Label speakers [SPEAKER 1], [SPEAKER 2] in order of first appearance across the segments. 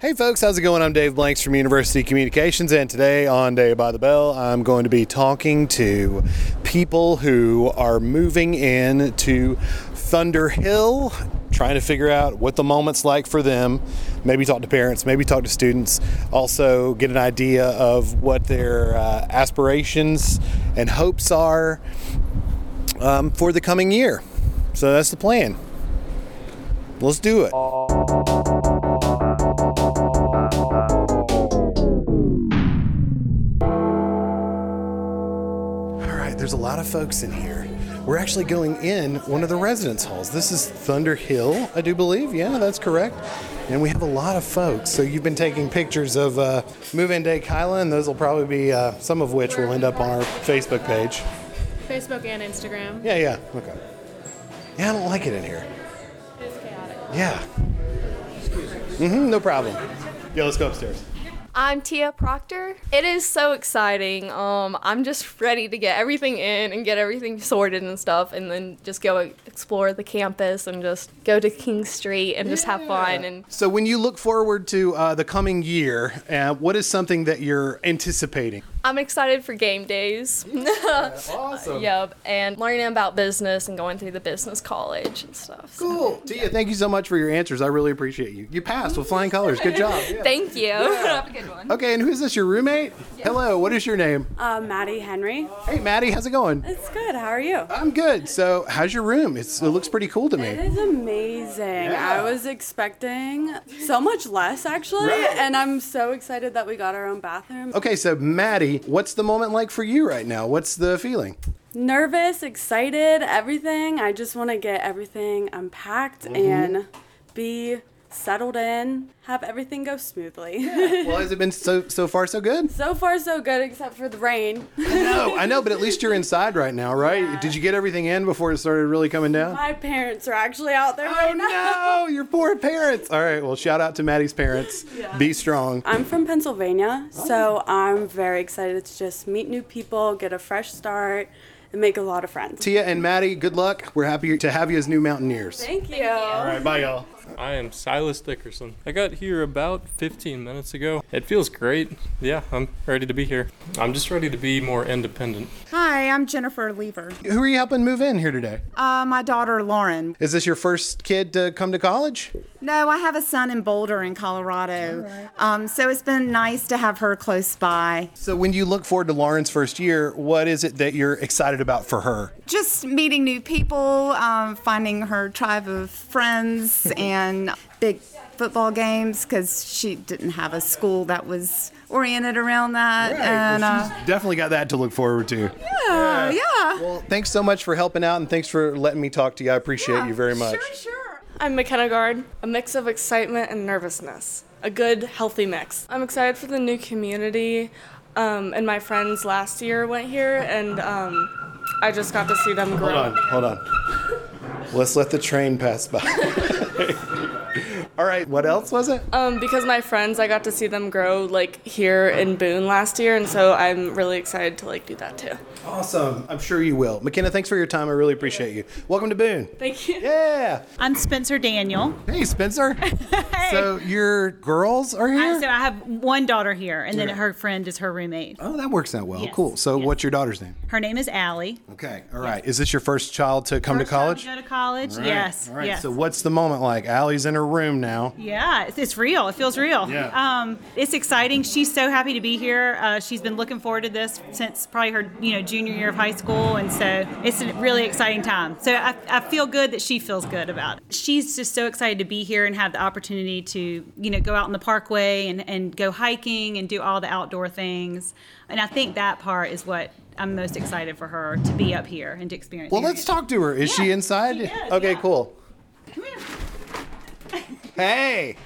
[SPEAKER 1] Hey folks, how's it going? I'm Dave Blanks from University Communications, and today on Day by the Bell, I'm going to be talking to people who are moving in to Thunder Hill, trying to figure out what the moment's like for them. Maybe talk to parents, maybe talk to students. Also, get an idea of what their uh, aspirations and hopes are um, for the coming year. So that's the plan. Let's do it. All right, there's a lot of folks in here. We're actually going in one of the residence halls. This is Thunder Hill, I do believe. Yeah, that's correct. And we have a lot of folks. So you've been taking pictures of uh, move-in day Kyla, and those will probably be uh, some of which will end up on our Facebook page.
[SPEAKER 2] Facebook and Instagram.
[SPEAKER 1] Yeah, yeah. Okay. Yeah, I don't like it in here.
[SPEAKER 2] It is chaotic.
[SPEAKER 1] Yeah. hmm no problem. Yeah, let's go upstairs.
[SPEAKER 2] I'm Tia Proctor. It is so exciting. Um, I'm just ready to get everything in and get everything sorted and stuff, and then just go explore the campus and just go to King Street and just have fun. And
[SPEAKER 1] So, when you look forward to uh, the coming year, uh, what is something that you're anticipating?
[SPEAKER 2] I'm excited for game days.
[SPEAKER 1] Awesome.
[SPEAKER 2] yep, and learning about business and going through the business college and stuff. So,
[SPEAKER 1] Cool. Tia, thank you so much for your answers. I really appreciate you. You passed with flying colors. Good job. Yeah.
[SPEAKER 2] Thank you.
[SPEAKER 1] Okay, and who's this? Your roommate? Hello, what is your name?
[SPEAKER 3] Uh, Maddie Henry.
[SPEAKER 1] Hey, Maddie, how's it going?
[SPEAKER 3] It's good. How are you?
[SPEAKER 1] I'm good. So, how's your room? It's, it looks pretty cool to
[SPEAKER 3] It
[SPEAKER 1] me.
[SPEAKER 3] is amazing. I was expecting so much less, actually,
[SPEAKER 1] Right.
[SPEAKER 3] and I'm so excited that we got our own bathroom.
[SPEAKER 1] Okay, so Maddie, what's the moment like for you right now? What's the feeling?
[SPEAKER 3] Nervous, excited, everything. I just want to get everything unpacked
[SPEAKER 1] Mm-hmm.
[SPEAKER 3] and be settled in, have everything go smoothly.
[SPEAKER 1] Well, has it been so so far so good?
[SPEAKER 3] so far, so good, except for the rain.
[SPEAKER 1] No, I know, but at least you're inside right now, right? Did you get everything in before it started really coming down?
[SPEAKER 3] My parents are actually out there
[SPEAKER 1] Oh
[SPEAKER 3] right now.
[SPEAKER 1] no, your poor parents. All right, well, shout out to Maddie's parents. Be strong.
[SPEAKER 3] I'm from Pennsylvania,
[SPEAKER 1] Oh.
[SPEAKER 3] so I'm very excited to just meet new people, get a fresh start, and make a lot of friends.
[SPEAKER 1] Tia and Maddie, good luck. We're happy to have you as new Mountaineers.
[SPEAKER 3] Thank you.
[SPEAKER 1] All right, bye y'all.
[SPEAKER 4] I am Silas Dickerson. I got here about 15 minutes ago. It feels great. Yeah, I'm ready to be here. I'm just ready to be more independent.
[SPEAKER 5] Hi, I'm Jennifer Lever.
[SPEAKER 1] Who are you helping move in here today?
[SPEAKER 5] Uh, my daughter Lauren.
[SPEAKER 1] Is this your first kid to come to college?
[SPEAKER 5] No, I have a son in Boulder in Colorado. Um, so it's been nice to have her close by.
[SPEAKER 1] So when you look forward to Lauren's first year, what is it that you're excited about for her?
[SPEAKER 5] Just meeting new people, um, finding her tribe of friends, and big football games because she didn't have a school that was oriented around that. And uh,
[SPEAKER 1] Definitely got that to look forward to.
[SPEAKER 5] yeah, yeah.
[SPEAKER 1] Well, thanks so much for helping out and thanks for letting me talk to you. I appreciate you very much.
[SPEAKER 5] Sure, sure.
[SPEAKER 6] I'm McKenna Guard, a mix of excitement and nervousness, a good, healthy mix. I'm excited for the new community, um, and my friends last year went here, and um, I just got to see them grow.
[SPEAKER 1] Hold on, hold on. Let's let the train pass by. All right, what else was it?
[SPEAKER 7] Oh.
[SPEAKER 6] Um, because my friends, I got to see them grow like here in Boone last year, and so I'm really excited to like do that too.
[SPEAKER 1] Awesome. I'm sure you will. McKenna, thanks for your time. I really appreciate you. Welcome to Boone.
[SPEAKER 6] Thank you.
[SPEAKER 1] Yeah.
[SPEAKER 7] I'm Spencer Daniel.
[SPEAKER 1] Hey, Spencer. So your girls are here?
[SPEAKER 7] So I have one daughter here, and then her friend is her roommate.
[SPEAKER 1] Oh, that works out well.
[SPEAKER 7] Yes,
[SPEAKER 1] Cool. So,
[SPEAKER 7] yes.
[SPEAKER 1] what's your daughter's name?
[SPEAKER 7] Her name is Allie.
[SPEAKER 1] Okay. All right. Is this your first child to come to
[SPEAKER 7] First time
[SPEAKER 1] college?
[SPEAKER 7] Go to college.
[SPEAKER 1] All right.
[SPEAKER 7] Yes.
[SPEAKER 1] All right.
[SPEAKER 7] Yes.
[SPEAKER 1] So, what's the moment like? Allie's in her room now.
[SPEAKER 7] Yeah, it's, it's real. It feels real.
[SPEAKER 1] Yeah.
[SPEAKER 7] Um, it's exciting. She's so happy to be here. Uh, she's been looking forward to this since probably her you know junior year of high school, and so it's a really exciting time. So I, I feel good that she feels good about it. She's just so excited to be here and have the opportunity to you know go out in the parkway and and go hiking and do all the outdoor things. And I think that part is what I'm most excited for her to be up here and to experience.
[SPEAKER 1] Well, let's talk to her. Is she
[SPEAKER 7] Yeah,
[SPEAKER 1] inside?
[SPEAKER 7] she is,
[SPEAKER 1] okay,
[SPEAKER 7] yeah.
[SPEAKER 1] cool.
[SPEAKER 7] Come here.
[SPEAKER 1] Hey.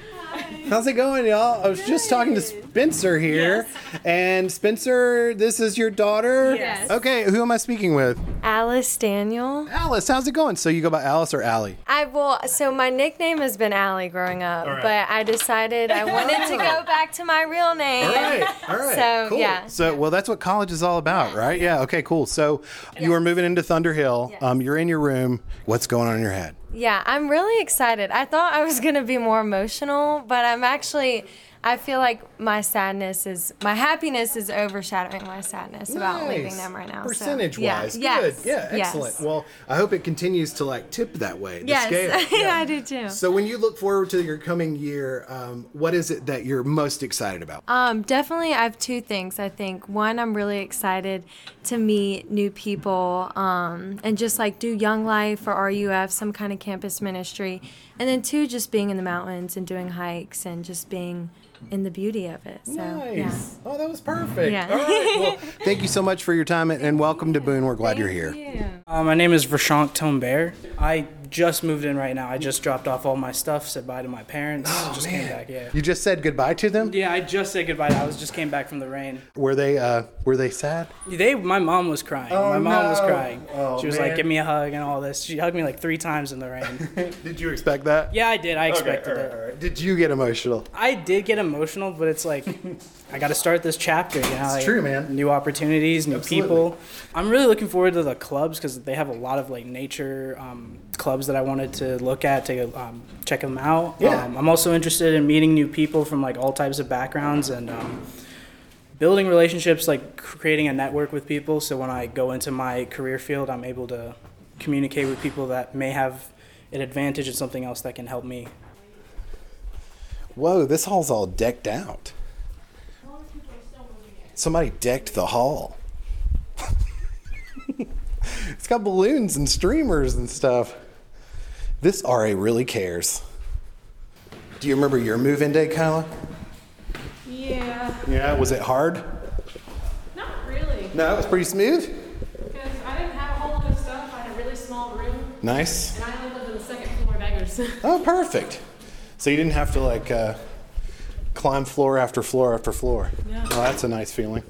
[SPEAKER 1] How's it going, y'all? I was just talking to Spencer here. And Spencer, this is your daughter?
[SPEAKER 7] Yes.
[SPEAKER 1] Okay, who am I speaking with?
[SPEAKER 8] Alice Daniel.
[SPEAKER 1] Alice, how's it going? So you go by Alice or Allie?
[SPEAKER 8] I well, so my nickname has been Allie growing up,
[SPEAKER 1] right.
[SPEAKER 8] but I decided I wanted to go back to my real name.
[SPEAKER 1] all right.
[SPEAKER 8] So, yeah.
[SPEAKER 1] So well, that's what college is all about, right? Yeah. Okay. Cool. So you are moving into Thunder Hill. Um, you're in your room. What's going on in your head?
[SPEAKER 7] Yeah, I'm really excited. I thought I was going to be more emotional, but I'm actually, I feel like my sadness is, my happiness is overshadowing my sadness about leaving
[SPEAKER 1] Nice.
[SPEAKER 7] them right now. so-
[SPEAKER 1] Percentage
[SPEAKER 7] yeah,
[SPEAKER 1] wise.
[SPEAKER 7] yes,
[SPEAKER 1] Good. Yeah,
[SPEAKER 7] yes.
[SPEAKER 1] excellent. Well, I hope it continues to like tip that way. The
[SPEAKER 7] Yes,
[SPEAKER 1] scale.
[SPEAKER 7] yeah, I do too.
[SPEAKER 1] So when you look forward to your coming year, um, what is it that you're most excited about?
[SPEAKER 7] Um, definitely, I have two things. I think one, I'm really excited to meet new people um, and just like do Young Life or RUF, some kind of campus ministry, and then two, just being in the mountains and doing hikes and just being in the beauty of it. So
[SPEAKER 1] nice.
[SPEAKER 7] yeah.
[SPEAKER 1] Oh, that was perfect.
[SPEAKER 7] Yeah.
[SPEAKER 1] All right. Well, thank you so much for your time and, and welcome to Boone. We're glad you're here.
[SPEAKER 9] Uh, my name is Rashank Tombert. I just moved in right now. I just dropped off all my stuff, said bye to my parents, just came back. Yeah.
[SPEAKER 1] Oh, You just said goodbye to them.
[SPEAKER 9] Yeah, I just said goodbye. I was just came back from the rain.
[SPEAKER 1] Were they uh, were they sad? Oh,
[SPEAKER 9] They, my mom was crying. my mom was
[SPEAKER 1] no.
[SPEAKER 9] crying.
[SPEAKER 1] Oh,
[SPEAKER 9] she was
[SPEAKER 1] man.
[SPEAKER 9] like, "Give me a hug" and all this. She hugged me like three times in the rain.
[SPEAKER 1] Did you expect that?
[SPEAKER 9] yeah, I did. I expected
[SPEAKER 1] all right,
[SPEAKER 9] it.
[SPEAKER 1] all right. Did you get emotional?
[SPEAKER 9] I did get emotional, but it's like I got to start this chapter. You know, it's
[SPEAKER 1] true, man.
[SPEAKER 9] New opportunities, new
[SPEAKER 1] Absolutely.
[SPEAKER 9] people. I'm really looking forward to the clubs because they have a lot of like nature um, clubs that I wanted to look at to um, check them out.
[SPEAKER 1] Yeah.
[SPEAKER 9] Um, I'm also interested in meeting new people from like all types of backgrounds and. Um, building relationships like c- creating a network with people so when i go into my career field i'm able to communicate with people that may have an advantage in something else that can help me
[SPEAKER 1] Whoa, this hall's all decked out. Somebody decked the hall. it's got balloons and streamers and stuff. This RA really cares. Do you remember your move in day, Kyla?
[SPEAKER 10] Yeah,
[SPEAKER 1] Yeah. Was it hard?
[SPEAKER 10] not really.
[SPEAKER 1] No, it was pretty smooth.
[SPEAKER 10] Because I didn't have a whole lot of stuff. I had a really small room,
[SPEAKER 1] Nice.
[SPEAKER 10] and I only lived in the second floor beggars.
[SPEAKER 1] Oh, perfect. So you didn't have to like uh, climb floor after floor after floor. Yeah. Oh, that's a nice feeling.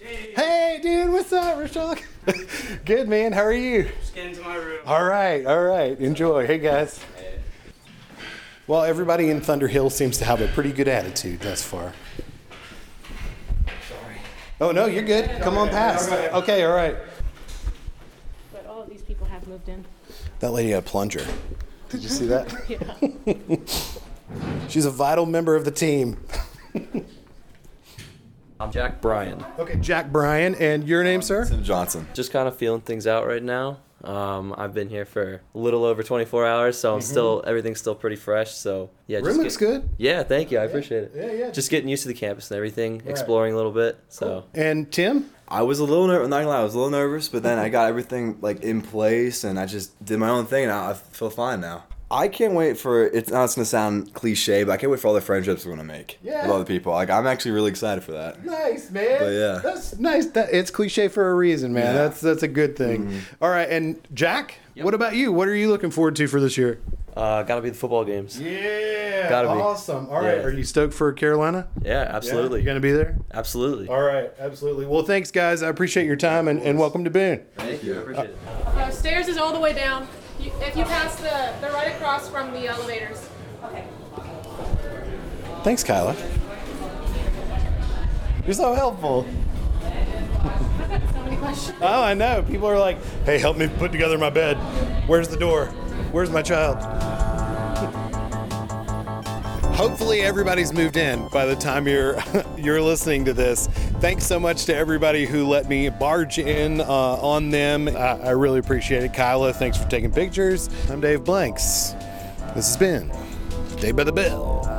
[SPEAKER 1] Hey, dude, what's up, Rochelle? Good, man. How are you?
[SPEAKER 9] just get into my room
[SPEAKER 1] All right, all right. Enjoy. Hey, guys. Well, everybody in Thunder Hill seems to have a pretty good attitude thus far. Sorry. Oh, no, you're good. Come on past. Okay, all right.
[SPEAKER 10] but all of these people have moved in.
[SPEAKER 1] That lady had a plunger. Did you see that? She's a vital member of the team.
[SPEAKER 4] I'm Jack Bryan.
[SPEAKER 1] Okay, Jack Bryan, and your name, sir?
[SPEAKER 5] Tim Johnson.
[SPEAKER 4] Just kind of feeling things out right now. Um, I've been here for a little over 24 hours, so I'm
[SPEAKER 1] Mm-hmm.
[SPEAKER 4] still everything's still pretty fresh. So yeah,
[SPEAKER 1] Room looks good.
[SPEAKER 4] Yeah, thank you. I appreciate it.
[SPEAKER 1] Yeah, yeah.
[SPEAKER 4] Just getting used to the campus and everything, exploring a little bit. So
[SPEAKER 1] And Tim?
[SPEAKER 5] I was a little nervous. Not gonna lie, I was a little nervous, but then I got everything like in place, and I just did my own thing, and I I feel fine now. I can't wait for it's not it's gonna sound cliche, but I can't wait for all the friendships we're gonna make
[SPEAKER 1] Yeah.
[SPEAKER 5] with other people. Like I'm actually really excited for that.
[SPEAKER 1] Nice, man.
[SPEAKER 5] But yeah.
[SPEAKER 1] That's nice. That, it's cliche for a reason, man.
[SPEAKER 5] Yeah. Mm-hmm.
[SPEAKER 1] That's that's a good thing. All right, and Jack, what about you? What are you looking forward to for this year?
[SPEAKER 4] uh, gotta be the football games.
[SPEAKER 1] Yeah.
[SPEAKER 4] Gotta be.
[SPEAKER 1] awesome. All right.
[SPEAKER 4] Yeah.
[SPEAKER 1] Are you stoked for Carolina?
[SPEAKER 4] Yeah, absolutely,
[SPEAKER 1] You going to be there?
[SPEAKER 4] absolutely.
[SPEAKER 1] All right, absolutely. Well, thanks, guys. I appreciate your time and, and welcome to Boone.
[SPEAKER 4] Thank you. I appreciate it.
[SPEAKER 10] Uh, stairs is all the way down. You, if you pass the, they're right across from the elevators.
[SPEAKER 1] Thanks, Kyla. You're so helpful.
[SPEAKER 10] So many questions.
[SPEAKER 1] Oh, I know. People are like, hey, help me put together my bed. Where's the door? Where's my child? Hopefully everybody's moved in by the time you're you're listening to this. Thanks so much to everybody who let me barge in uh, on them. I, I really appreciate it, Kyla. Thanks for taking pictures. I'm Dave Blanks. This has been Day by the Bell.